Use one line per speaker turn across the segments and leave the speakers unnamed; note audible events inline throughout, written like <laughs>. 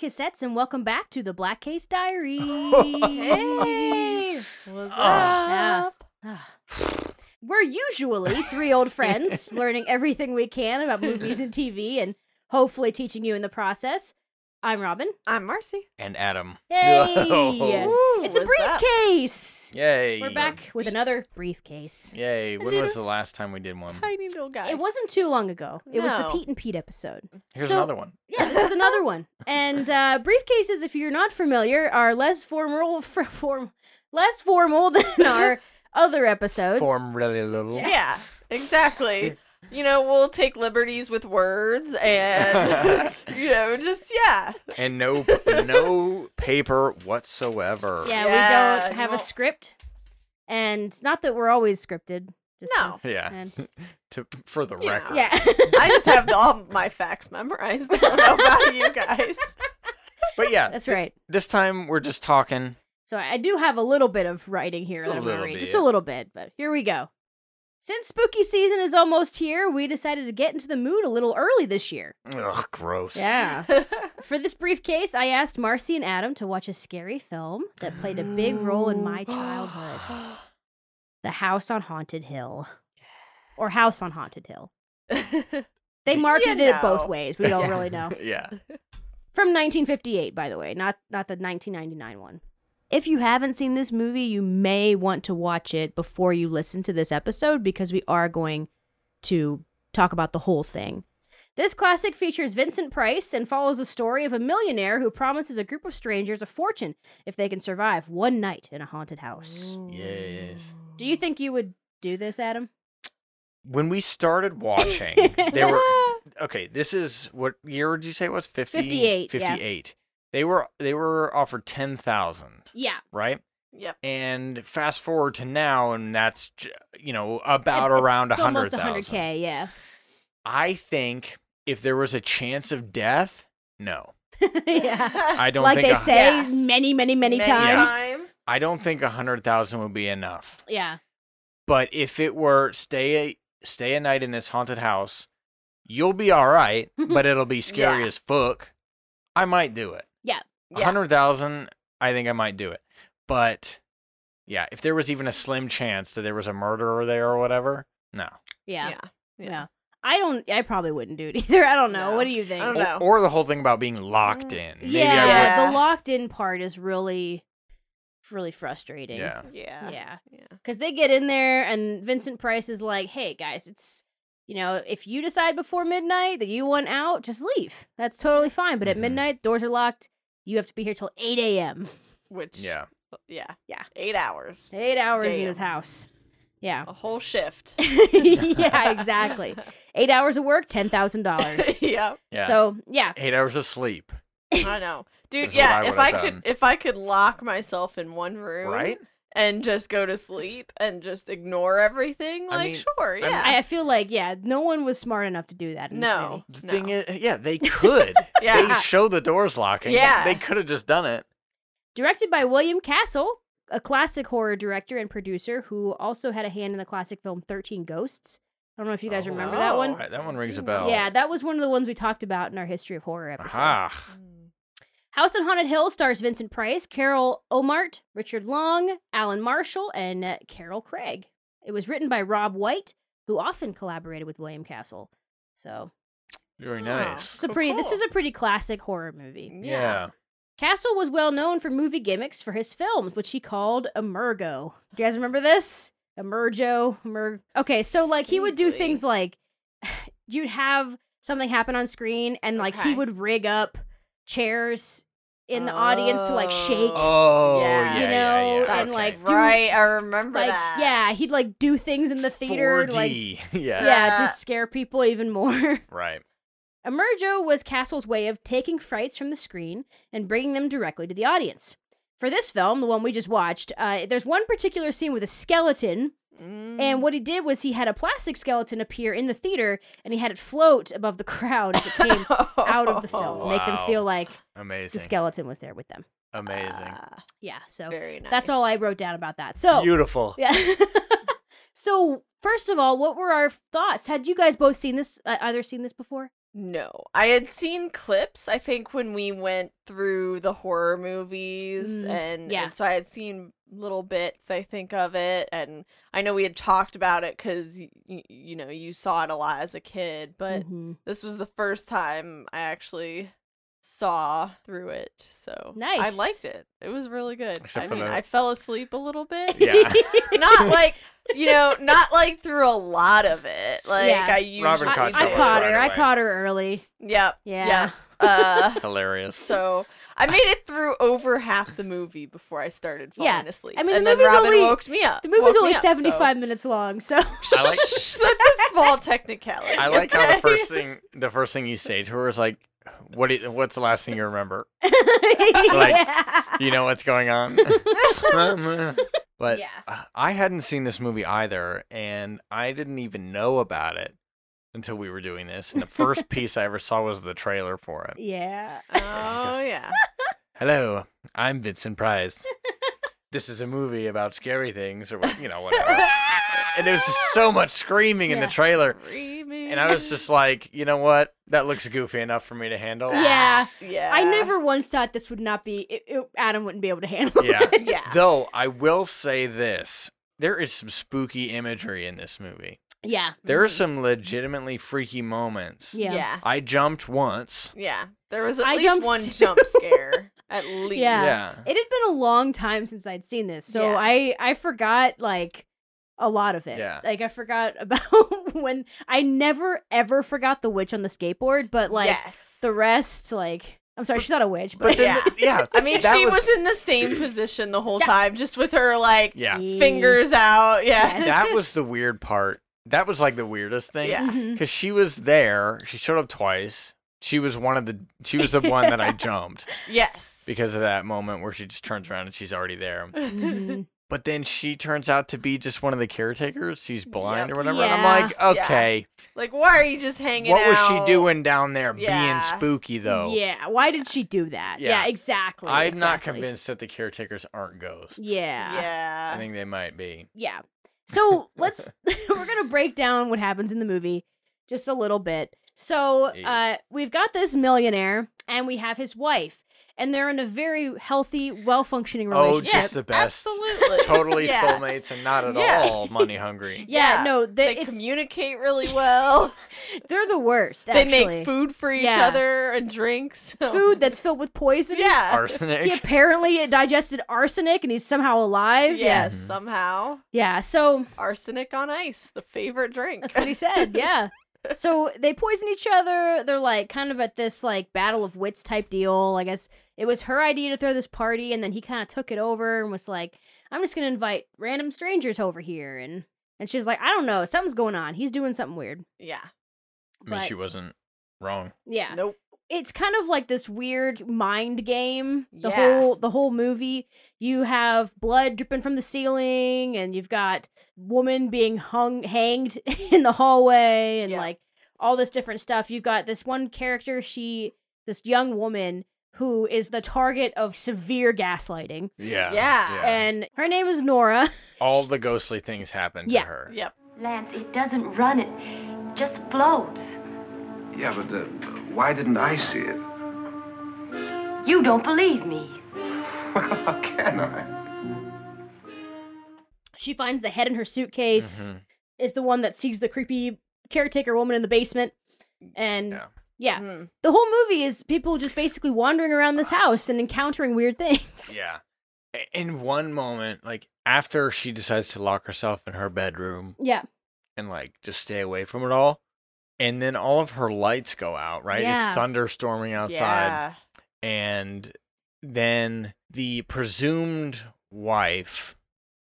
cassettes, and welcome back to the Black Case Diary.
Hey. <laughs>
what's
Ah.
up?
Ah. We're usually
<laughs>
three old friends learning everything we can about movies and TV, and hopefully teaching you in the process. I'm Robin.
I'm Marcy.
and Adam.
Hey,
Yo.
it's a
what's up?
briefcase.
Yay!
We're back with another briefcase.
Yay! When
little
was the last time we did one?
Tiny little guy.
It wasn't too long ago. It was the
No.
Pete and Pete episode.
Here's
so-
another one.
Yeah, this is another one.
<laughs>
And uh, briefcases, if you're not familiar, are less formal, <laughs> for, form, less formal <laughs> than our other episodes.
Form really little.
Yeah, exactly. you know, we'll take liberties with words
<laughs>
and, you know, just, yeah.
And no, no paper whatsoever.
Yeah, we
Yeah,
don't have
no.
a script, and not that we're always scripted. Just
<laughs>
No,
Yeah.
And,
To, for the
You know.
record.
yeah. <laughs>
I just have all my facts memorized. <laughs> I don't know about you guys.
But yeah,
That's right.
this time we're just talking.
So I do have a little bit of writing here
Just a
that I'm gonna
little
read.
bit.
Just a little bit, but here we go. Since spooky season is almost here, we decided to get into the mood a little early this year.
Ugh, gross.
Yeah. For this briefcase, I asked Marcy and Adam to watch a scary film that played a big role in my childhood The House on Haunted Hill. Or House on Haunted Hill. They
You
marketed it
know.
both ways. We
<laughs>
don't
Yeah.
really know.
yeah.
From 1958, by the way, not not the 1999 one. If you haven't seen this movie, you may want to watch it before you listen to this episode because we are going to talk about the whole thing. This classic features Vincent Price and follows the story of a millionaire who promises a group of strangers a fortune if they can survive one night in a haunted house.
Yes.
Do you think you would do this, Adam?
When we started
<laughs>
watching, they were okay. This is what year did you say it was? 50,
58, yeah.
58. They were they were offered ten thousand,
Yeah.
right?
Yep.
And fast forward to now, and that's j- you know about
It-
around a
It's
hundred
almost
thousand.
100K, yeah.
I think if there was a chance of death,
<laughs>
no,
<laughs>
yeah.
I don't
Like
think
they
a-
say
Yeah.
many, many, many,
Many
times.
times.
I don't think a hundred thousand would be enough.
Yeah.
But if it were stay a, stay a night in this haunted house, you'll be all right, but it'll be scary
Mm-hmm. Yeah.
as fuck. I might do it. A
Yeah.
hundred thousand, I think I might do it. But yeah, if there was even a slim chance that there was a murderer there or whatever, no.
Yeah.
Yeah.
No. I don't I probably wouldn't do it <laughs> either. I don't know.
Oh, No.
What do you think?
I don't
Or-
know.
Or, the whole thing about being locked
Mm.
in. Maybe
yeah,
I
the
Yeah.
locked in part is really really
would.
frustrating.
Yeah.
Yeah.
Yeah.
Yeah.
Cuz they get in there and Vincent Price is like, "Hey guys, it's you know, if you decide before midnight that you want out, just leave. That's totally fine. But at
Mhm.
midnight, doors are locked. You have to be here till 8 a.m.
Which,
Yeah.
Yeah.
Yeah.
Eight hours.
<laughs> Eight hours in
Damn. Oh.
this house. Yeah.
A whole shift.
<laughs> yeah, exactly. Eight hours of work, $10,000.
<laughs> yeah.
<laughs> Yeah.
So, yeah.
Eight hours of sleep.
I know, dude.
Is what
yeah,
I
if
would've
I
done.
could, if I could lock myself in one room,
Right?
and just go to sleep and just ignore everything,
I
like
mean,
sure,
I'm-
yeah,
I I feel like, yeah, no one was smart enough to do that. In this
No.
movie.
The
No.
thing is yeah, they could. <laughs> They
<laughs> yeah,
show the doors locking.
Yeah.
They could have just done it.
Directed by William Castle, a classic horror director and producer who also had a hand in the classic film 13 Ghosts. I don't know if you guys
Oh,
remember that one.
wow.
Right, that one
I
rings
do
a bell.
Yeah, that was one of the ones we talked about in our History of Horror episode.
Aha.
Mm,
House on Haunted Hill stars Vincent Price, Carol Omart, Richard Long, Alan Marshall, and uh, Carol Craig. It was written by Rob White, who often collaborated with William Castle. So,
Very
Oh.
nice.
it's a
So
pretty. This
cool.
is a pretty classic horror movie.
Yeah.
Castle was well known for movie gimmicks for his films, which he called Emergo. Do you guys remember this? Emergo, Emer. Okay, so like he would do
Vaguely.
things like <sighs> you'd have something happen on screen, and like he
Okay.
would rig up chairs in the audience to like shake,
Oh
Yeah.
yeah,
You
yeah,
know,
yeah.
and,
okay.
like, do-
right. I remember
like
that.
yeah, he'd like do things in the theater, like
4D. <laughs> yeah.
yeah,
Yeah.
to scare people even more.
Right.
Emergo was Castle's way of taking frights from the screen and bringing them directly to the audience. For this film, the one we just watched, uh, there's one particular scene with a skeleton,
Mm.
and what he did was he had a plastic skeleton appear in the theater and he had it float above the <laughs> crowd as it came out
<laughs>
of the film, make them
Wow.
feel like the
Amazing.
skeleton was there with them.
Amazing.
Ah,
Yeah, so
very nice.
that's all I wrote down about that. So,
Beautiful.
<laughs> yeah. so first of all, what were our thoughts? Had you guys both seen this? Uh, either seen this before?
No, I had seen clips. I think when we went through the horror movies,
Mm,
and,
yeah.
and so I had seen little bits. I think of it, and I know we had talked about it because y- y- you know you saw it a lot as a kid, but
Mhm.
this was the first time I actually saw through it. So I
Nice.
liked it. It was really good.
Except
I
for
mean,
the-
I fell asleep a little bit.
Yeah.
<laughs>
<laughs>
not like you know, not like through a lot of it. Like
Yeah.
I
Robin
usually
I,
caught
I
so much
caught
right
her. I
away.
caught her early.
Yep.
Yeah.
Yeah. Uh,
Hilarious.
so I made it through over half the movie before I started falling
Yeah.
asleep.
I mean, the
and then
movie's
Robin
only-
woke me up.
The movie's
woke me
only
up, so-
75 minutes long,
<laughs>
so <laughs>
I like
<laughs> That's a small technicality.
I like how the
okay?
first thing the first thing you say to her is like, "What? Do you, what's the last thing you remember?
yeah.
You know what's going
<laughs>
on." <laughs> but
Yeah.
uh, I hadn't seen this movie either, and I didn't even know about it until we were doing this. And the
<laughs>
first piece I ever saw was the trailer for it.
Yeah.
Oh yeah.
Hello, I'm Vincent Price. this is a movie about scary things, or what- you know, whatever. and there was
<laughs>
just so much screaming in the
Yeah.
trailer.
Screaming.
And I was
<laughs>
just like, you know what? That looks goofy enough for me to handle.
Yeah.
yeah.
I never once thought this would not be it, it- Adam wouldn't be able to
<laughs>
handle
Yeah.
<laughs> this.
Yeah.
Though I will say this there is some spooky imagery in this movie.
Yeah.
There are some legitimately freaky moments.
Yeah.
Yeah.
I jumped once.
Yeah. There was at
I
least
jumped
one
too. <laughs>
jump scare. At least.
Yeah.
Yeah.
It had been a long time since I'd seen this, so
Yeah.
I I forgot like a lot of it.
Yeah.
Like I forgot <laughs> about when I never ever forgot the witch on the skateboard, but like
yes.
the rest, like I'm sorry, she's not a witch,
But
but,
then,
Yeah.
the-
<laughs>
yeah.
I mean,
that
she was...
was-
in the same
<clears throat>
position the whole
Yeah.
time, just with her like
Yeah.
fingers out. Yeah.
Yes.
That was the weird part. That was like the weirdest thing. <laughs>
Yeah.
Mhm.
Because she was there. She showed up twice. She was one of the, she was the one
<laughs>
that I jumped
Yes.
because of that moment where she just turns around and she's already there.
<laughs>
Mhm.
But then she turns out to be just one of the caretakers. She's blind
Yep.
or whatever. And
Yeah.
I'm like, okay,
Like, why are you just hanging
what
out?
was she doing down there
Yeah.
being spooky though?
Yeah. Why did she do that?
Yeah.
Yeah, exactly.
I'm not
exactly.
convinced that the caretakers aren't ghosts.
Yeah.
Yeah.
I think they might be.
yeah. So <laughs> let's we're gonna break down what happens in the movie just a little bit. So uh,
Yes.
we've got this millionaire and we have his wife, and they're in a very healthy, well functioning
Oh,
relationship.
just the best.
Absolutely.
<laughs> Totally
Yeah.
soulmates and not at
Yeah.
all money hungry.
yeah,
yeah.
no,
They
they, it's,
communicate really
<laughs>
well.
they're the worst.
they
Actually.
make food for each
Yeah.
other and drinks. <laughs>
food that's filled with poison.
yeah.
He
Arsenic.
apparently digested arsenic and he's somehow alive.
Yes,
Mhm.
somehow.
Yeah. So
Arsenic on ice, the favorite drink.
That's what he said. Yeah. So they poison each other. They're like kind of at this like battle of wits type deal. I guess it was her idea to throw this party, and then he kind of took it over and was like, "I'm just gonna invite random strangers over here." And and she's like, "I don't know. Something's going on. He's doing something weird."
yeah.
I mean,
But-
she wasn't wrong.
Yeah.
Nope.
it's kind of like this weird mind game the
Yeah.
whole the whole movie you have blood dripping from the ceiling and you've got woman being hung hanged <laughs> in the hallway and
Yeah.
like all this different stuff you've got this one character she this young woman who is the target of severe gaslighting
Yeah.
Yeah.
and her name is Nora
all the ghostly things happened
Yeah.
to her.
Yep.
Lance, it doesn't run, it just floats.
Yeah, but uh, why didn't I see it? <laughs>
You don't believe me.
Well, how can I?
she finds the head in her suitcase
Mm-hmm.
Mhm.
is the one that sees the creepy caretaker woman in the basement and
Yeah.
yeah.
Mm.
The whole movie is people just basically wandering around this house and encountering weird things.
Yeah. A- In one moment, like after she decides to lock herself in her bedroom
<laughs> Yeah.
and like just stay away from it all, and then all of her lights go out, right?
Yeah.
It's thunderstorming outside.
Yeah.
And then the presumed wife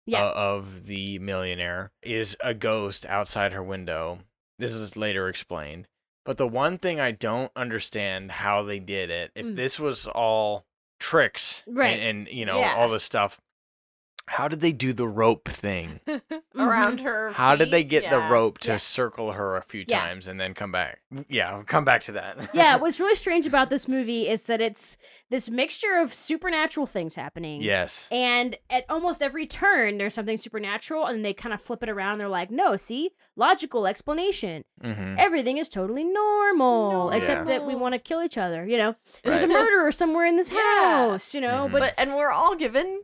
Yeah.
o- of the millionaire is a ghost outside her window. This is later explained. But the one thing I don't understand how they did it, if
Mm.
this was all tricks
Right.
and, and, you know,
Yeah.
all this stuff, How did they do the rope
<laughs>
thing?
Mm-hmm.
around her.
How did they
feet?
get
Yeah.
the rope to
Yeah.
circle her a few
Yeah.
times and then come back? Yeah, I'll come back to that. <laughs>
yeah, what's really strange about this movie is that it's this mixture of supernatural things happening.
yes.
And at almost every turn, there's something supernatural, and they kind of flip it around. They're like, no, see, logical explanation.
hmm
Everything is totally normal, except that we
Normal.
want to kill each other, you know? There's a
Right.
murderer somewhere in this
Yeah.
house, you know?
Mhm.
But,
But and we're all given.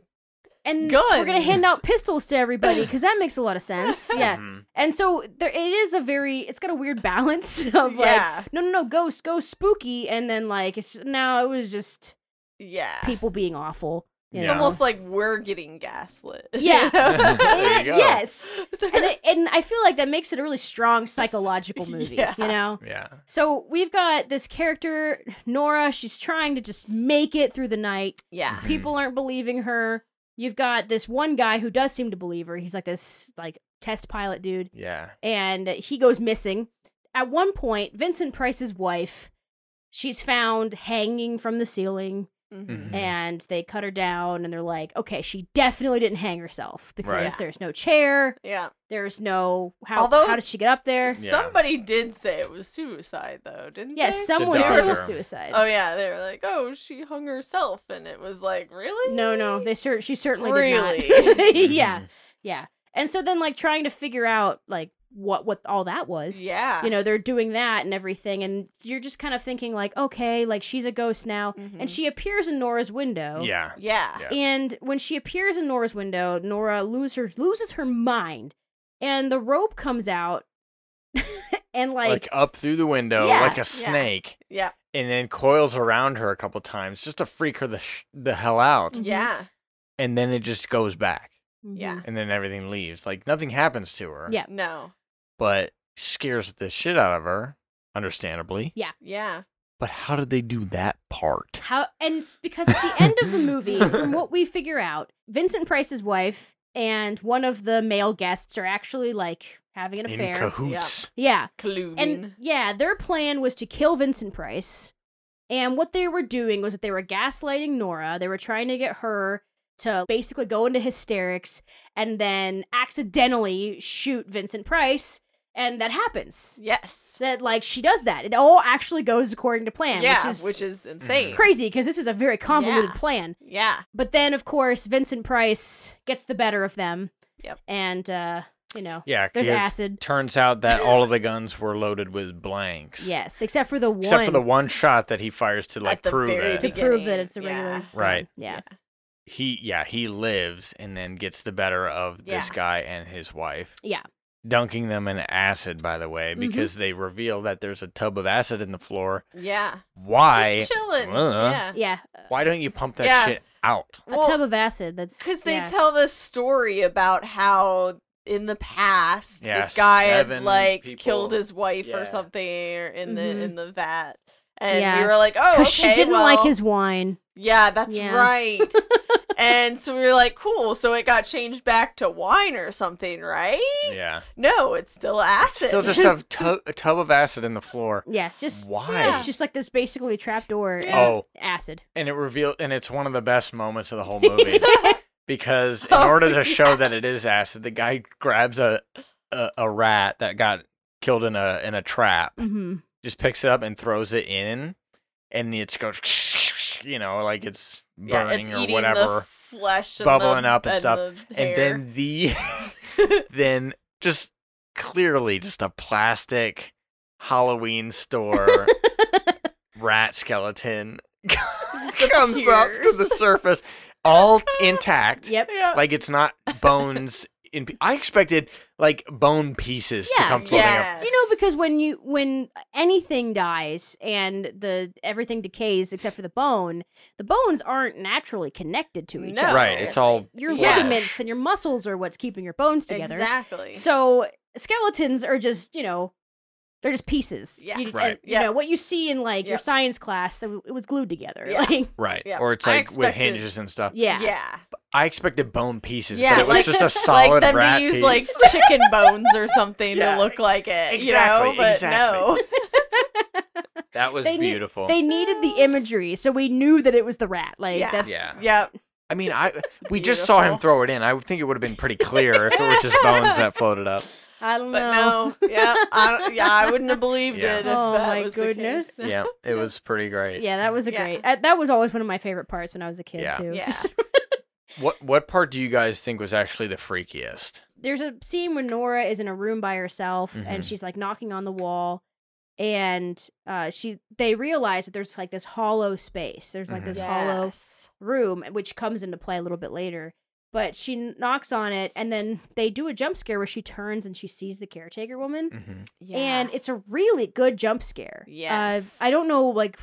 and we're going to hand
guns.
out pistols to everybody because that makes a lot of
<laughs>
sense. Yeah.
Mhm.
And so there, it is a very, it's got a weird <laughs> balance of like,
yeah.
no, no, no, ghost, ghost, spooky, and then like it's just, no, it was just
Yeah.
people being awful. you
It's
Ah. It's
know?
almost like we're getting gaslit. <laughs>
Yeah.
<laughs> There
<laughs>
you
And-
go.
Yes, and it, and I feel like that makes it a really strong
<laughs>
psychological movie.
Yeah.
You know,
Yeah.
so we've got this character Nora. She's trying to just make it through the night.
yeah.
Mhm.
People aren't believing her. You've got this one guy who does seem to believe her. He's like this like test pilot dude.
Yeah.
and he goes missing. At one point, Vincent Price's wife, she's found hanging from the ceiling,
Mhm.
Mhm.
and they cut her down, and they're like, okay, she definitely didn't hang herself because
Right.
there's no chair,
Yeah.
there's no how
Although-
how did she get up there?
Yeah.
Somebody did say it was suicide though, didn't
Yeah,
they?
someone said it was
doctor.
suicide.
Oh yeah, they were like, "Oh, she hung herself," and it was like, "Really?"
No, no, they cer- she certainly did not.
Really?
<laughs>
Mm-hmm.
yeah, yeah. And so then, like, trying to figure out like what what all that was.
Yeah.
You know, they're doing that and everything, and you're just kind of thinking like, okay, like she's a ghost now.
Mhm.
and she appears in Nora's window.
Mm-hmm. Yeah.
Yeah.
Yeah.
And when she appears in Nora's window, Nora loses her, loses her mind, and the rope comes out, <laughs> and
Like,
like,
up through the window
Yeah.
like a snake
Yeah.
and then coils around her a couple times just to freak her the sh- the hell out
Mhm.
Yeah.
and then it just goes back
Yeah.
and then everything leaves. Like nothing happens to her.
Yeah.
No.
But scares the shit out of her, understandably.
Yeah.
But how did they do that part?
how and s- because at the end of the movie, from what we figure out, Vincent Price's wife and one of the male guests are actually like having an
In
affair.
cahoots.
yeah,
Colluding.
and yeah, their plan was to kill Vincent Price. And what they were doing was that they were gaslighting Nora. They were trying to get her to basically go into hysterics and then accidentally shoot Vincent Price. And that happens.
yes.
That, like, she does that. It all actually goes according to plan,
yeah,
which is
insane.
crazy because this is a very convoluted
Yeah.
plan.
Yeah.
But then, of course, Vincent Price gets the better of them.
Yep.
And, uh, you know,
Yeah,
there's
because
acid.
Turns out that all of
<laughs>
the guns were loaded with blanks.
Yes, except for the one.
Except for the one shot that he fires to like
At the
prove
very
it.
to
beginning.
prove that it's a regular
Yeah.
gun.
Right.
Yeah.
He yeah, he lives and then gets the better of this
Yeah.
guy and his wife.
Yeah.
Dunking them in acid, by the way,
Mm-hmm.
Mhm.
because they reveal that there's a tub of acid in the floor.
Yeah.
Why?
Just chilling.
Uh,
yeah.
Yeah. uh,
Why don't you pump that
Yeah.
shit out?
a tub of acid. That's
because they
yeah.
tell this story about how in the past
Yeah,
this guy had
seven
like
people-
killed his wife
Yeah.
or something or in
Mhm.
the in the vat, and
Yeah.
we were like, oh, okay,
she didn't like
well,
his wine.
Yeah, that's
Yeah. <laughs>
right. and so we were like, cool. So it got changed back to wine or something, right?
Yeah.
No, it's still <laughs> acid.
Still just have tu- a tub of acid in the floor.
Yeah, just
Why?
It's just like this basically trap door.
Yeah.
Oh,
Oh.
acid.
and it revealed and it's one of the best moments of the
<laughs>
whole <laughs> movie because in
Oh,
order to show that
yes.
it is acid the guy grabs a, a a rat that got killed in a in a trap
Mm-hmm.
just picks it up and throws it in and it's goes you know like it's
<laughs> yeah,
burning
it's
or
eating
whatever
the flesh, and
bubbling
the-
up and stuff,
the
and
hair.
then the <laughs> then just clearly just a plastic halloween
<laughs>
store rat skeleton <laughs> comes up to the
appears.
surface all
<laughs>
intact.
Yep.
<laughs> yeah.
Like it's not bones in pe- I expected like bone pieces
Yeah,
to come floating up.
You know, because when you when anything dies and the everything decays except for the bone, the bones aren't naturally connected to each
No.
other.
Right, it's all
your
Yeah.
ligaments and your muscles are what's keeping your bones together.
Exactly.
So skeletons are just, you know, they're just pieces.
Yeah.
You, and,
Right.
you
Yeah.
know, what you see in like
Yeah.
your science class, it it was glued together. <laughs>
Yeah.
Like,
Right.
Yeah.
Or it's
I
like with
expected-
hinges and stuff.
yeah.
yeah.
I expected bone pieces,
Yeah,
but it was
like-
just a solid
<laughs> like then
rat
they use
piece.
<laughs> like chicken bones or something
Yeah,
to look like it.
exactly,
You know? But
exactly.
no.
that was
they knew-
beautiful.
They needed the imagery, so we knew that it was the rat. Like,
<laughs>
yeah.
that's.
Yeah.
Yep.
I mean, I we just saw him
Beautiful.
throw it in. I would think it would have been pretty clear if it was just bones that floated
<laughs>
up.
I don't
But
know.
no, yeah, I, don't- yeah, I wouldn't have believed
Yeah.
it if
oh
that
my
was
goodness.
Yeah, it was pretty great.
Yeah, that was a
Yeah.
great. I, that was always one of my favorite parts when I was a kid
Yeah.
the
too.
case.
Just- <laughs>
Yeah.
What what part do you guys think was actually the freakiest?
there's a scene when Nora is in a room by herself and
Mhm.
she's like knocking on the wall and uh she they realize that there's like this hollow space. There's like
Mhm.
this hollow
Yes.
room eh, which comes into play a little bit later. But she knocks on it and then they do a jump scare where she turns and she sees the caretaker woman.
Mm-hmm.
Yeah.
And it's a really good jump scare. Uh,
Yes.
I don't know like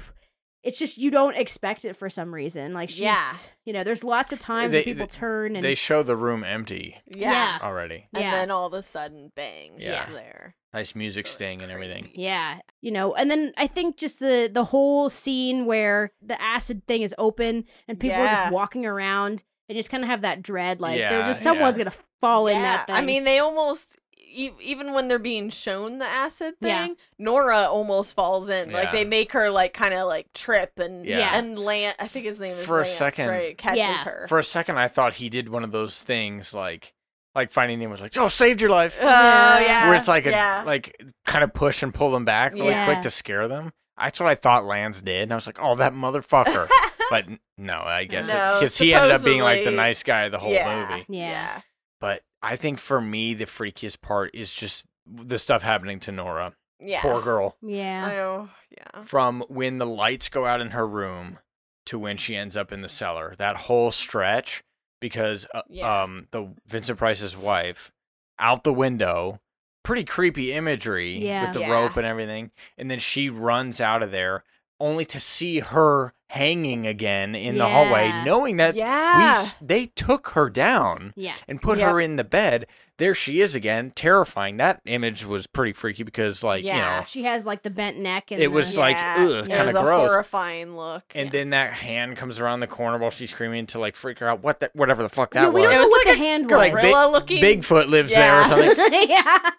it's just you don't expect it for some reason. Like she's,
Yeah.
you know, there's lots of times
They- eh,
that people
they-
turn and
They show the room empty
yeah.
Yeah.
already.
And
Yeah.
then all of a sudden, bang,
Yeah.
she's there.
Nice music
So it's
sting and everything.
crazy.
Yeah, you know, and then I think just the the whole scene where the acid thing is open and people are
Yeah.
just walking around and just kind of have that dread, like they're
Yeah,
just someone's
yeah.
gonna fall in that thing.
I mean, they almost e- even when they're being shown the acid thing,
Yeah.
Nora almost falls in.
Yeah.
Like they make her like kind of like trip and
Yeah.
and Lance. I think his name is
For a
Lance,
second-
Right, catches
Yeah.
her.
For a second, I thought he did one of those things like like Finding Nemo was like, "Oh, saved your life,"
oh yeah,
where it's like a
yeah.
like kind of push and pull them back really
Yeah.
quick to scare them. That's what I thought Lance did, and I was like, "Oh, that
<laughs>
motherfucker!" but n- no, I guess
No,
because he ended up being like the
supposedly-
nice guy the whole
yeah.
movie.
Yeah.
yeah,
But I think for me, the freakiest part is just the stuff happening to Nora.
yeah.
Poor girl.
yeah,
Oh yeah.
From when the lights go out in her room to when she ends up in the cellar, that whole stretch, because uh,
Yeah.
um, the Vincent Price's wife out the window, pretty creepy imagery
Yeah.
with the
Yeah.
rope and everything, and then she runs out of there only to see her hanging again in the hallway,
Yeah.
knowing that we
yeah.
s- they took her down
yeah,
and put
Yep.
her in the bed. There she is again, terrifying. That image was pretty freaky because, like,
Yeah.
you know,
She has like the bent neck and
It
the-
was like, ugh,
It
kinda
was a
gross.
horrifying look.
and
Yeah.
then that hand comes around the corner while she's screaming to like freak her out. What the, whatever the fuck that
No, we
was.
don't know
It was
what
like
the
a
hand
Like,
was.
big-
gorilla looking.
Bigfoot lives
Yeah.
there or
<laughs>
something.
yeah,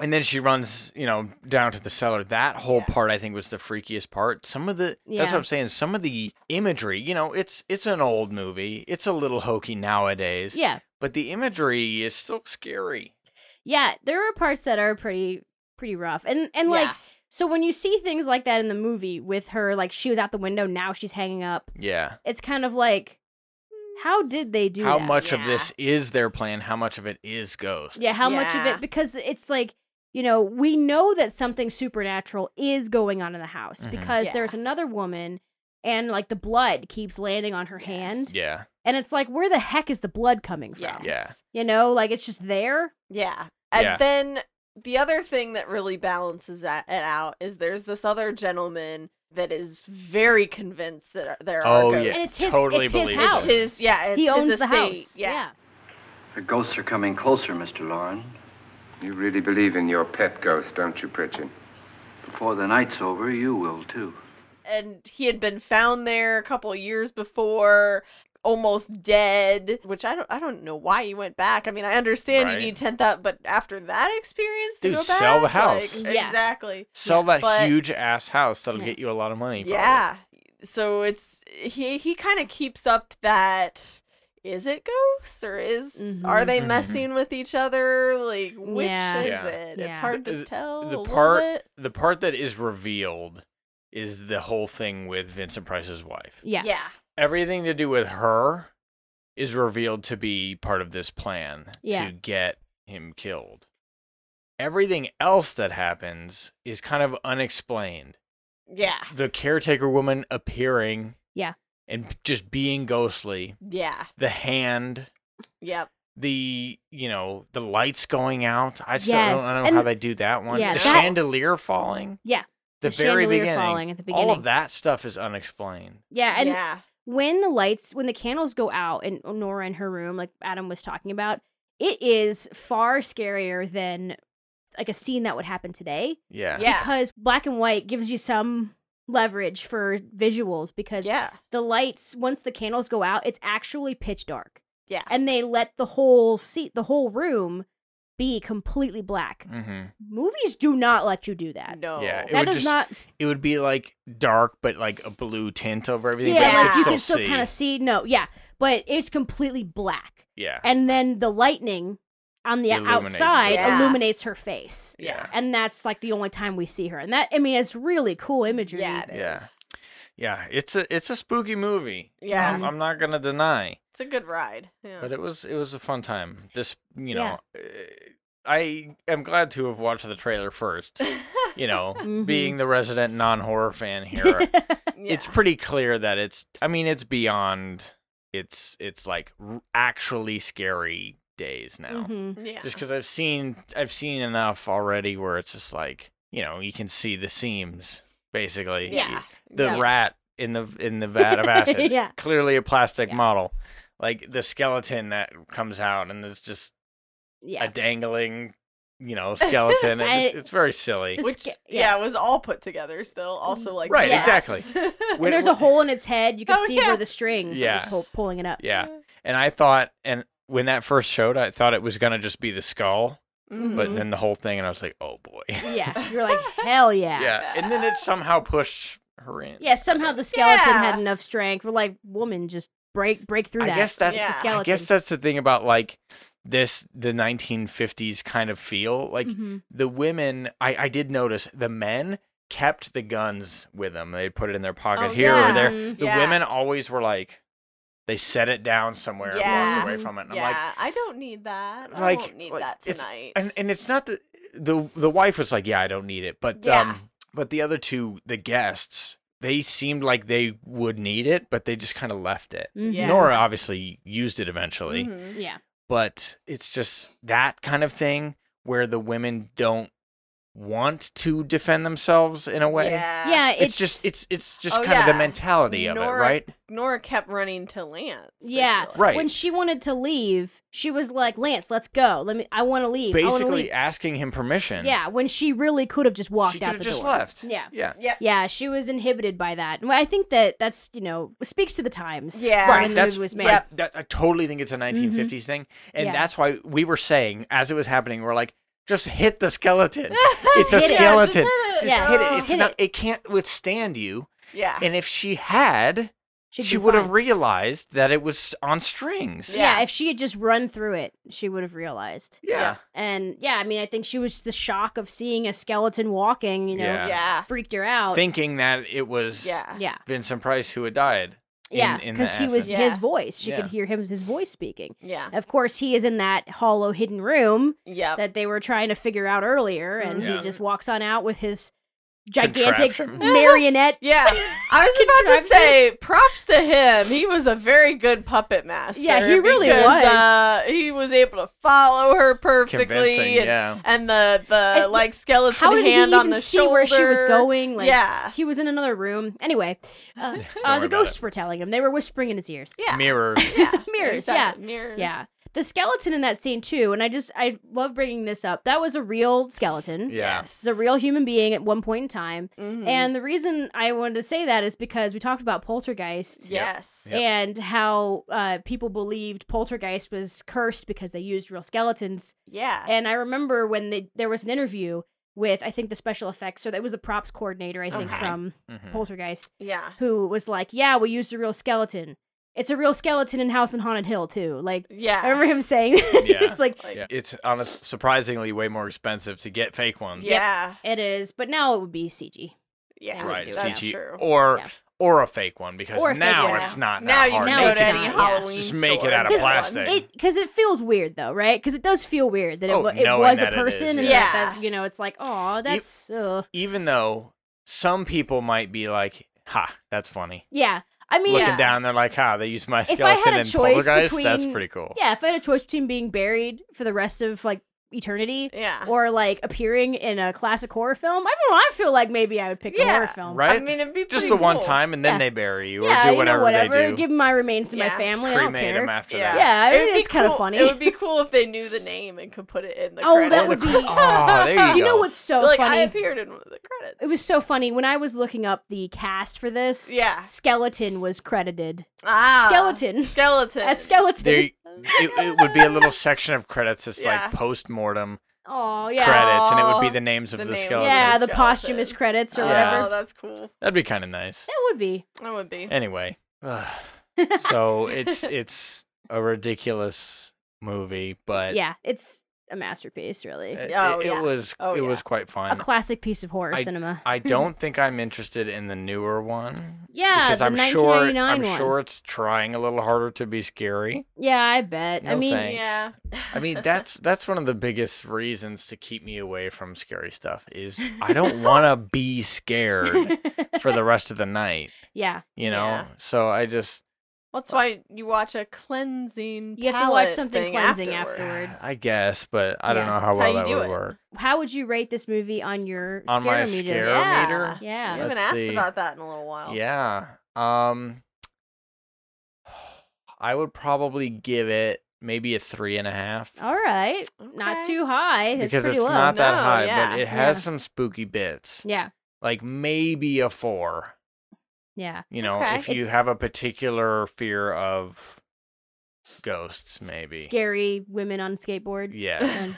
and then she runs, you know, down to the cellar. That whole
Yeah.
part I think was the freakiest part. Some of the that's
Yeah.
what I'm saying. Some of the imagery, you know, it's it's an old movie. It's a little hokey nowadays.
yeah,
But the imagery is still scary.
yeah. There are parts that are pretty pretty rough, and and like
Yeah.
so when you see things like that in the movie with her, like she was out the window, now she's hanging up.
Yeah.
It's kind of like, how did they do
how
that?
much of
Yeah.
this is their plan? How much of it is ghosts?
Yeah, how much of
Yeah.
it because it's like, you know, we know that something supernatural is going on in the house
Mhm.
because
Yeah.
there's another woman and like the blood keeps landing on her
Yes.
hand.
yeah.
And it's like, where the heck is the blood coming from?
Yes.
Yeah.
You know, like it's just there.
Yeah. And
Yeah.
then the other thing that really balances that it out is there's this other gentleman that is very convinced that uh, there are
Oh,
ghosts.
yes.
And it's his
totally
it's his
believe it.
house.
It's his yeah, it's
he owns
his
the
estate.
house.
Yeah.
The ghosts are coming closer, Mr. Lauren.
You really believe in your pet ghost, don't you, Pritchard?
Before the night's over, you will too.
And he had been found there a couple of years before, almost dead, which I don't I don't know why he went back. I mean, I understand
Right.
you need 10,000, but after that experience to
Dude,
go
sell the
back?
house.
Like,
Yeah.
Exactly.
Sell that
But-
huge ass house. That'll
Yeah.
get you a lot of money. probably.
Yeah. So it's he he kind of keeps up that is it ghosts or is are they
Mhm.
messing with each other? Like
Mm-hmm.
which
Yeah.
is
Yeah.
it?
Yeah.
It's hard
The-
to
the-
tell.
the
a little
part-
bit.
The part that is revealed is the whole thing with Vincent Price's wife.
Yeah.
Yeah.
Everything to do with her is revealed to be part of this plan
Yeah.
to get him killed. Everything else that happens is kind of unexplained.
Yeah.
The caretaker woman appearing.
Yeah.
And just being ghostly.
Yeah.
The hand
Yep.
the you know the lights going out. I still
Yes,
don't, I don't know
and-
how they do that one.
yeah,
the
that-
chandelier falling.
Yeah,
the,
the
very
chandelier
beginning.
falling at the
All
beginning.
of that stuff is unexplained.
Yeah. And
yeah.
when the lights when the candles go out and Nora in her room like Adam was talking about it is far scarier than like a scene that would happen today
Yeah.
Yeah.
because black and white gives you some leverage for visuals because
Yeah.
the lights once the candles go out it's actually pitch dark
Yeah.
and they let the whole seat the whole room be completely black.
Mm-hmm.
Movies do not let you do that.
No.
Yeah, it
that
would
is
just-
not.
It would be like dark, but like a blue tint over everything.
Yeah,
but
you
like
could
you
still
can still
see.
kind of see. No, yeah, but it's completely black,
Yeah.
and then the lightning on the
Illuminates
outside
it. Yeah.
illuminates her face,
yeah.
and that's like the only time we see her. And that, I mean, it's really cool imagery.
Yeah, it
Yeah.
is.
Yeah, it's a it's a spooky movie.
Yeah.
Um
I'm, I'm not gonna deny,
It's a good ride. Yeah. <laughs>
but it was it was a fun time. This you
Yeah.
know, uh, I am glad to have watched the trailer first. You know,
Mhm.
being the resident non horror fan here,
Yeah.
it's pretty clear that it's. I mean, it's beyond. It's it's like r- actually scary days
<laughs>
now.
Mhm.
yeah.
Just because I've seen I've seen enough already, where it's just like you know you can see the seams basically.
yeah.
the
yeah.
rat in the in the vat of acid.
Yeah.
Clearly a plastic
Yeah.
model. Like the skeleton that comes out and it's just
Yeah.
a dangling, you know, skeleton. and it's,
I-
it's very silly.
This-
Which
sca-
yeah. it was all put together still. Also like
Right,
yes.
exactly.
And there's a hole in its head. You can
Oh,
see
yeah.
where the string
Yeah.
is hol- pulling it up.
yeah. And I thought and when that first showed, I thought it was gonna just be the skull, but
Mm-hmm.
Mhm.
then the whole thing, and I was like, "Oh boy!" <laughs>
<laughs> Yeah. You're like, hell yeah.
yeah. And then it somehow pushed her in.
Yeah, somehow the skeleton
Yeah.
had enough strength. We're like, woman, just break break through
I
that.
guess that's
It's
Yeah.
the
I
skeleton.
guess that's the thing about like this the 1950s kind of feel. Like
Mhm.
the women I, I did notice the men kept the guns with them they put it in their pocket
Oh,
here or
yeah.
there
Mhm.
the
Yeah.
women always were like they set it down somewhere
Yeah.
and walked away from it and
yeah,
i'm like
I don't need that. I
like-
won't need
like,
that
it's-
tonight.
and, and it's not the the the wife was like yeah i don't need it but
Yeah.
um but the other two the guests they seemed like they would need it but they just kind of left it
Mhm.
Yeah.
nora obviously used it eventually
Mhm.
Yeah.
but it's just that kind of thing where the women don't want to defend themselves in a way.
Yeah.
Yeah, it's,
It's, just it's it's just
Oh,
kind of
yeah.
the mentality of
Nora-
it, right?
Nora kept running to Lance. I
Yeah.
feel like.
Right.
When she wanted to leave, she was like, "Lance, let's go. Let me. I want to leave. I wanna
Basically
leave."
asking him permission.
yeah. When she really could have just walked
she
out
could've
the
just
door.
left.
Yeah.
Yeah.
Yeah.
Yeah, she was inhibited by that, and I think that that's you know speaks to the times.
Yeah.
when
Right,
the
that's
movie was made.
right, that I totally think it's a 1950s thing, and
Yeah.
that's why we were saying as it was happening, we're like, just hit the skeleton. it's a
hit it.
skeleton.
Yeah, just hit it. Ah.
Yeah,
hit it.
just
It's
hit
not.
it.
It can't withstand you.
Yeah.
And if she had,
She'd
she
be
would have
fine.
realized that it was on strings.
yeah.
Yeah.
if she had just run through it, she would have realized.
Yeah.
And yeah, I mean, I think she was the shock of seeing a skeleton walking. You know,
Yeah.
yeah.
freaked her out.
Thinking that it was
Yeah.
Oh. yeah,
Vincent Price who had died. in-
yeah,
in the
because he was
acid.
his
Yeah.
voice. She
Yeah.
could hear him his voice speaking.
Yeah.
Of course, he is in that hollow, hidden room
Yep.
that they were trying to figure out earlier, and
Yeah.
he just walks on out with his gigantic
Mm-hmm.
<laughs>
Contraption.
marionette.
Yeah.
<laughs>
I was about to
Contraption.
say props to him. He was a very good puppet master.
Yeah, he really
because,
was.
Uh, he was able to follow her perfectly.
Convincing.
and,
yeah.
and the the
And
like skeleton
How did he
hand
even
on the
see
shoulder.
where she was going? Like,
yeah.
he was in another room. Anyway,
<laughs>
uh,
worry
uh, the
about
ghosts were telling him. They were whispering in his ears.
<laughs> Yeah.
Mirror.
Mirrors, yeah.
Exactly. Mirrors.
Yeah. The skeleton in that scene too, and I just I love bringing this up. That was a real skeleton.
Yeah.
It's a real human being at one point in time.
Hmm.
Mhm.
And the reason I wanted to say that is because we talked about poltergeist
yes.
Yep.
and how uh, people believed poltergeist was cursed because they used real skeletons.
Yeah.
And I remember when they, there was an interview with I think the special effects, so that was the props coordinator I think
Okay.
from <laughs>
Mhm.
Poltergeist,
yeah.
who was like, "Yeah, we used a real skeleton. It's a real skeleton in House on Haunted Hill too." Like
Yeah.
I remember him saying, that.
Yeah.
<laughs> "It's like
Like,
Yeah. It's honest, surprisingly way more expensive to get fake ones.
Yeah.
It is, but now it would be CG.
Yeah.
Yeah.
Right.
do
That's
CG
true.
or
Yeah.
or a fake one because
Or a fake
now
one.
it's not.
now
that
you
hard
can
Now
go
make
to any
not, yeah.
Halloween
Just make it
store
out of
and get
plastic.
one.
It because it feels weird though, right? Because it does feel weird that it,
Oh,
wa- it
knowing
was a
that it
person,
is,
and
yeah.
that, that, you know, it's like, oh, that's ugh."
Even though some people might be like, "Ha, that's funny."
yeah. I mean,
Looking
yeah.
down, they're like, "Ha, they used my
I had
skeleton
a
in
choice
Poltergeist. That's
between-
pretty cool."
If I had a choice between being buried for the rest of like eternity
Yeah.
or like appearing in a classic horror film, I don't know. I feel like maybe I would pick the
Yeah.
horror film.
Right?
I mean, it'd be
Just
pretty
the one
cool.
time, and then
Yeah.
they bury you or
Yeah,
do
you know,
whatever,
whatever.
they do.
Give my remains to my
Yeah.
family. I don't
Cremate
care.
them after
Yeah.
that.
Yeah, I
It
mean,
would be
it's kinda
cool-
funny.
It would be cool if they knew the name and could put it in the
Oh,
credits.
that would be-
<laughs>
<laughs>
Oh, there you,
<laughs> You
go.
know what's so
like
funny?
I appeared in one of the credits.
It was so funny when I was looking up the cast for this.
Yeah.
Skeleton was credited
ah,
skeleton.
Skeleton.
as skeleton.
There, it, it would be a little section of credits that's
Yeah.
like post mortem
Oh yeah.
credits, and it would be
Aw,
the names of
the
the,
names.
skeletons.
yeah, the
skeletons.
posthumous credits or
Oh,
Yeah.
whatever.
that's cool.
That'd be kind of nice.
That would be.
That would be. <sighs>
Anyway, so
<laughs>
it's it's a ridiculous movie, but
yeah, it's a masterpiece, really.
it,
Oh,
it- it
yeah.
was
Oh,
it
yeah.
was quite
a
fun.
<laughs>
classic piece of horror
uh, I-
cinema.
I don't think I'm interested in the newer one.
Yeah,
because
the
I'm sure
1999
I'm
one.
sure it's trying a little harder to be scary.
Yeah, I bet. I
No
mean,
thanks.
Yeah.
I
<laughs>
mean, that's that's one of the biggest reasons to keep me away from scary stuff is I
<laughs>
don't want to be scared for the rest of the night,
<laughs> yeah,
you know?
Yeah.
So I just <sighs>
That's why you watch a cleansing.
You have to watch
palette
something
thing
cleansing
afterwards.
afterwards.
I guess, but I don't
Yeah.
know how
That's how
well
you
that
do
would
it.
work.
how would you rate this movie on your
On my
scare meter?
scare
Yeah.
meter?
Yeah.
We
Let's
haven't asked
see.
about that in a little while.
Yeah. Um <sighs> I would probably give it maybe a three and a half.
All right, not
Okay.
too high. It's
because
pretty
it's
low.
not that
No,
high,
yeah,
but it has
yeah.
some spooky bits.
Yeah,
Like maybe a four.
yeah,
You know,
Okay.
if you
It's-
have a particular fear of ghosts, maybe.
scary women on skateboards.
Yes. <laughs>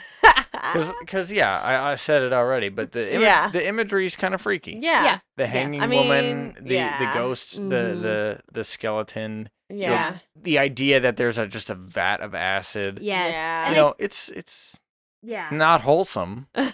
And-
Because, yeah, I, I said it already, but the ima-
ah. Yeah.
the imagery is kind of freaky.
yeah.
The hanging
I
woman,
mean,
the,
yeah. Mm-hmm.
the ghosts, the,
Mhm.
the, the skeleton, you know,
Yeah.
the idea that there's a, just a vat of acid.
yes,
Yeah.
and
You
I-
know, it's it's
yeah. Mm-hmm.
not wholesome. <laughs>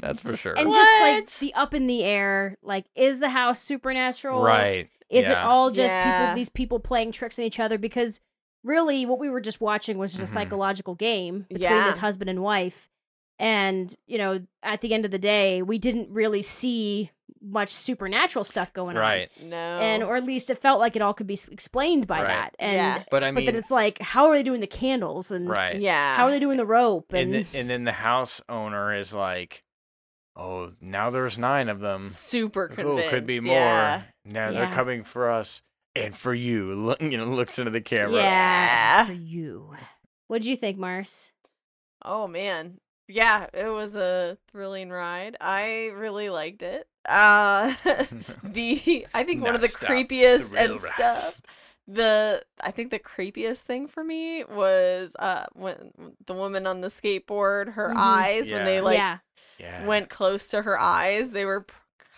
That's for sure.
and just like
What?
the up in the air, like is the house supernatural?
right.
Is it
yeah.
all just
Yeah.
people these people playing tricks on each other? Because really what we were just watching was just
Mhm.
a psychological game between
Yeah.
this husband and wife. And, you know, at the end of the day, we didn't really see much supernatural stuff going
Right.
No.
on. And or at least it felt like it all could be s- explained by
Right.
that. And
Oh. Yeah.
But I
but
mean,
then it's like, how are they doing the candles and
right.
yeah.
how are they doing the rope?
and
And
th- and then the house owner is like, "Oh, now there's nine of them.
Super
Oh,
convinced.
could be more.
Yeah.
Now they're
Yeah.
coming for us and for you." Look, you know, looks into the camera.
yeah, <laughs>
Yeah.
for you. What do you think, Mars?
Oh man. Yeah, it was a thrilling ride. I really liked it. Uh <laughs> the I think one of the
Non-stop
creepiest
thrill
and
ride.
stuff. The I think the creepiest thing for me was uh when the woman on the skateboard, her
Mhm.
eyes when they
Mm-hmm. Yeah.
like
yeah.
<laughs> yeah.
went close to her eyes, they were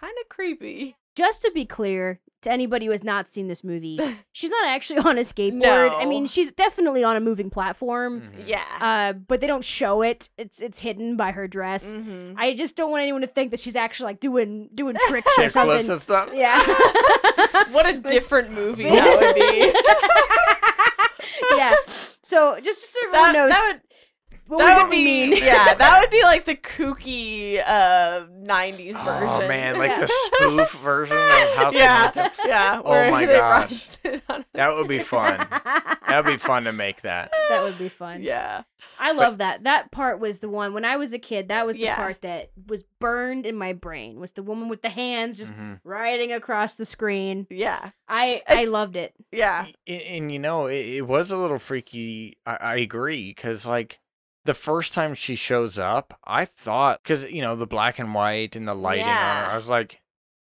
kind of creepy.
just to be clear to anybody who has not seen this
<laughs>
movie, she's not actually on a skateboard. I
No.
mean, she's definitely on a moving platform,
Mhm.
Yeah.
uh, but they don't show it. It's it's hidden by her dress.
hmm
I just don't want anyone to think that she's actually like doing doing
<laughs>
tricks or
Shit flips <laughs>
something.
and stuff.
Yeah.
What a
But-
different movie <laughs> that would be.
yeah. So just just so everyone
That,
knows
that would
what
that
we
would
really
be
mean. <laughs>
yeah that would be like the kooky uh 90s version
Oh man, like
Yeah.
<laughs>
the spoof version of
<laughs>
House on the
yeah
Hill.
yeah
<laughs> Oh
where
my
they run
gosh.
it on a-
That would be fun. That would be fun to make <laughs> that.
<laughs> That would be fun.
yeah
I love that. That part was the one when I was a kid. That was the
Yeah.
part that was burned in my brain. Was the woman with the hands just
Mhm.
riding across the screen.
yeah
I I
It's-
loved it.
yeah
A- And you know, it, it was a little freaky. I, I agree because like the first time she shows up, I thought because you know the black and white and the lighting on her,
Yeah.
I was like,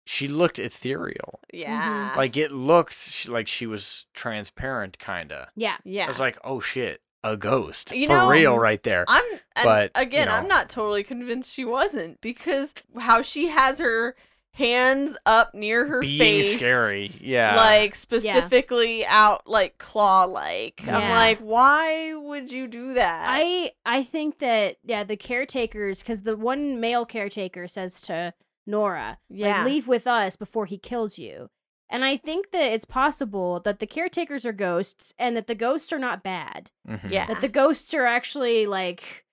she looked ethereal.
Mm-hmm.
yeah
Like it looked sh- like she was transparent, kinda.
Yeah.
yeah
I was like, oh shit, a ghost
You
for
know,
real, right there.
i'm and
but, you
again i'm
know.
not totally convinced she wasn't because how she has her hands up near her
Being
face
scary, yeah.
like specifically out like claw like i'm
Yeah.
like why would you do that
I I think that yeah the caretakers because the one male caretaker says to Nora
Yeah.
like leave with us before he kills you. And I think that it's possible that the caretakers are ghosts and that the ghosts are not bad.
Mhm.
yeah
That the ghosts are actually like,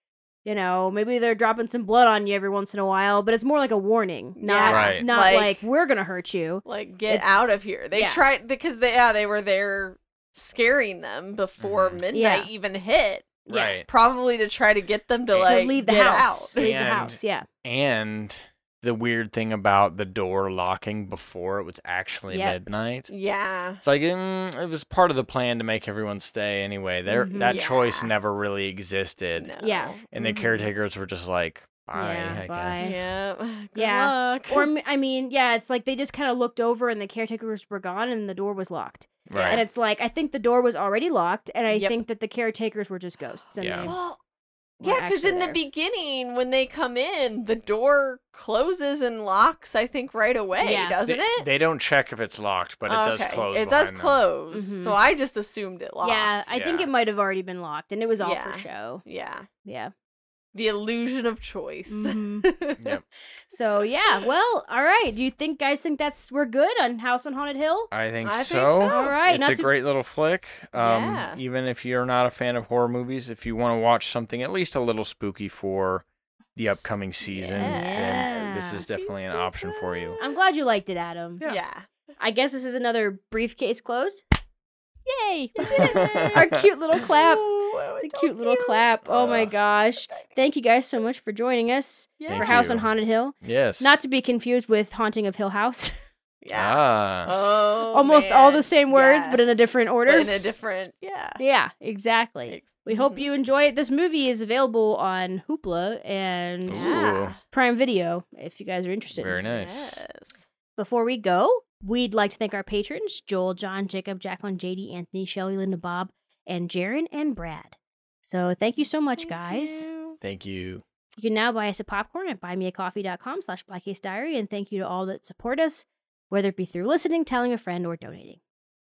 you know, maybe they're dropping some blood on you every once in a while, but it's more like a warning, not
Yeah.
Right.
not
Like-
like we're gonna hurt you.
like get
It's-
out of here they
yeah.
tried because they yeah they were there scaring them before
Mhm.
midnight even hit
Yeah.
right.
probably to try to get them to
To
like
to leave the
get
house,
out
leave
And-
the house. Yeah,
And the weird thing about the door locking before it was actually
Yep.
midnight.
yeah
It's like mm, it was part of the plan to make everyone stay anyway. There,
Mhm.
that choice
Mm-hmm. Yeah.
never really existed,
no. Mm-hmm.
Yeah.
and the
Mhm.
caretakers were just like, Bye,
Yeah,
I
bye.
guess.
Yeah. Good
Yeah.
luck.
Or m- I mean, yeah, it's like they just kind of looked over and the caretakers were gone and the door was locked.
Right.
And it's like I think the door was already locked and I
Yep.
think that the caretakers were just ghosts and
Yeah.
they
well,
weren't
yeah, because
actually
in
there.
the beginning, when they come in, the door closes and locks. I think right away,
Yeah.
doesn't
they,
it?
They don't check if it's locked, but it does
Okay.
close.
It does
behind them.
close.
Mhm.
So I just assumed it locked.
Yeah, I think
Yeah.
it might have already been locked and it was all
Yeah.
for show.
Yeah. <laughs>
Yeah. <laughs>
The illusion of choice. <laughs>
Mhm.
Yep.
so yeah, well, all right. Do you think guys think that's we're good on House on Haunted Hill?
I think
I think
so.
so.
All right,
it's
not
a
too-
great little flick. Um,
Yeah.
Even if you're not a fan of horror movies, if you want to watch something at least a little spooky for the upcoming season, then this
Yeah.
is definitely an option for you.
I'm glad you liked it, Adam.
Yeah.
I guess this is another briefcase closed.
<laughs>
Yay! We did
<laughs>
it. Our cute little clap.
Ooh,
The
it's so
cute little
cute.
clap. Oh my
Uh,
gosh. Thank you guys so much for joining us
Yeah.
for
Thank
House
you.
on Haunted Hill.
Yes.
Not to be confused with Haunting of Hill House.
Yeah.
Ah.
<laughs> Oh.
Almost all the
man.
same words, but in a
Yes.
different
But
order.
In a different. Yeah.
<laughs> yeah, exactly.
Ex-
We hope
mhm.
you enjoy it. This movie is available on Hoopla and
Yeah.
<gasps> Prime Video if you guys are interested.
Very nice.
Yes.
Before we go, we'd like to thank our patrons Joel, John, Jacob, Jacqueline, JD, Anthony, Shelley, Linda, Bob, and Jaron and Brad. So thank you so much,
Thank
guys. You.
you.
Thank you.
can now buy us a popcorn at buymeacoffee.com slash blackcase diary. And thank you to all that support us, whether it be through listening, telling a friend, or donating.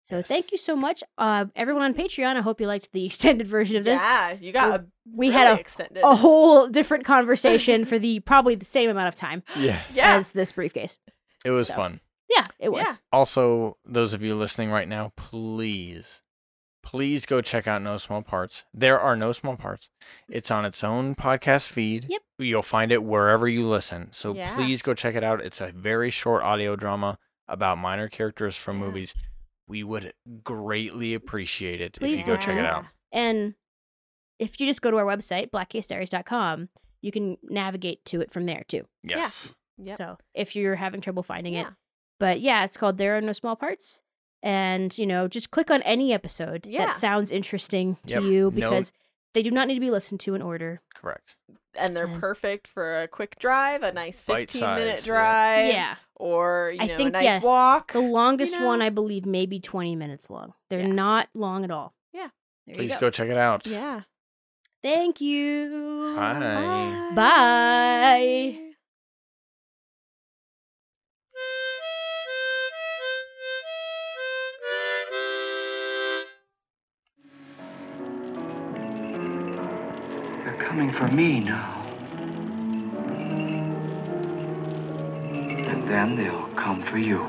So
Yes.
thank you so much, uh, everyone on Patreon. I hope you liked the <laughs> extended version of this. Oh,
Yeah, you got a
we had
really
a-
extended.
a whole different conversation
<laughs>
for the probably the same amount of time
Yeah.
yeah.
as this briefcase.
It was
So.
fun.
Yeah, it was.
Yeah.
Also, those of you listening right now, please, please go check out No Small Parts. There are No Small Parts. It's on its own podcast feed.
Yep.
You'll find it wherever you listen. So
Yeah.
please go check it out. It's a very short audio drama about minor characters from
Yeah.
movies. We would greatly appreciate it
Please
if you go check
listen.
it out.
And if you just go to our website, blackcasediaries.com, you can navigate to it from there too.
Yeah.
Yes.
Yep.
So if you're having trouble finding
Yeah.
it. But yeah, it's called There Are No Small Parts. And, you know, just click on any episode
Yeah.
that sounds interesting to
Yep.
you
No-
because they do not need to be listened to in order.
Correct.
and they're
Yeah.
perfect for a quick drive, a nice
Mm. Bite
15 minute
size, yeah.
drive,
yeah.
or you
I
know,
think,
a nice
yeah,
walk.
The longest
know?
one, I believe, maybe 20 minutes long. They're
Yeah.
not long at all.
Yeah.
There you
Please
go.
go. check it out.
yeah.
Thank you.
Hi.
Bye.
They're coming for me now. And then they'll come for you.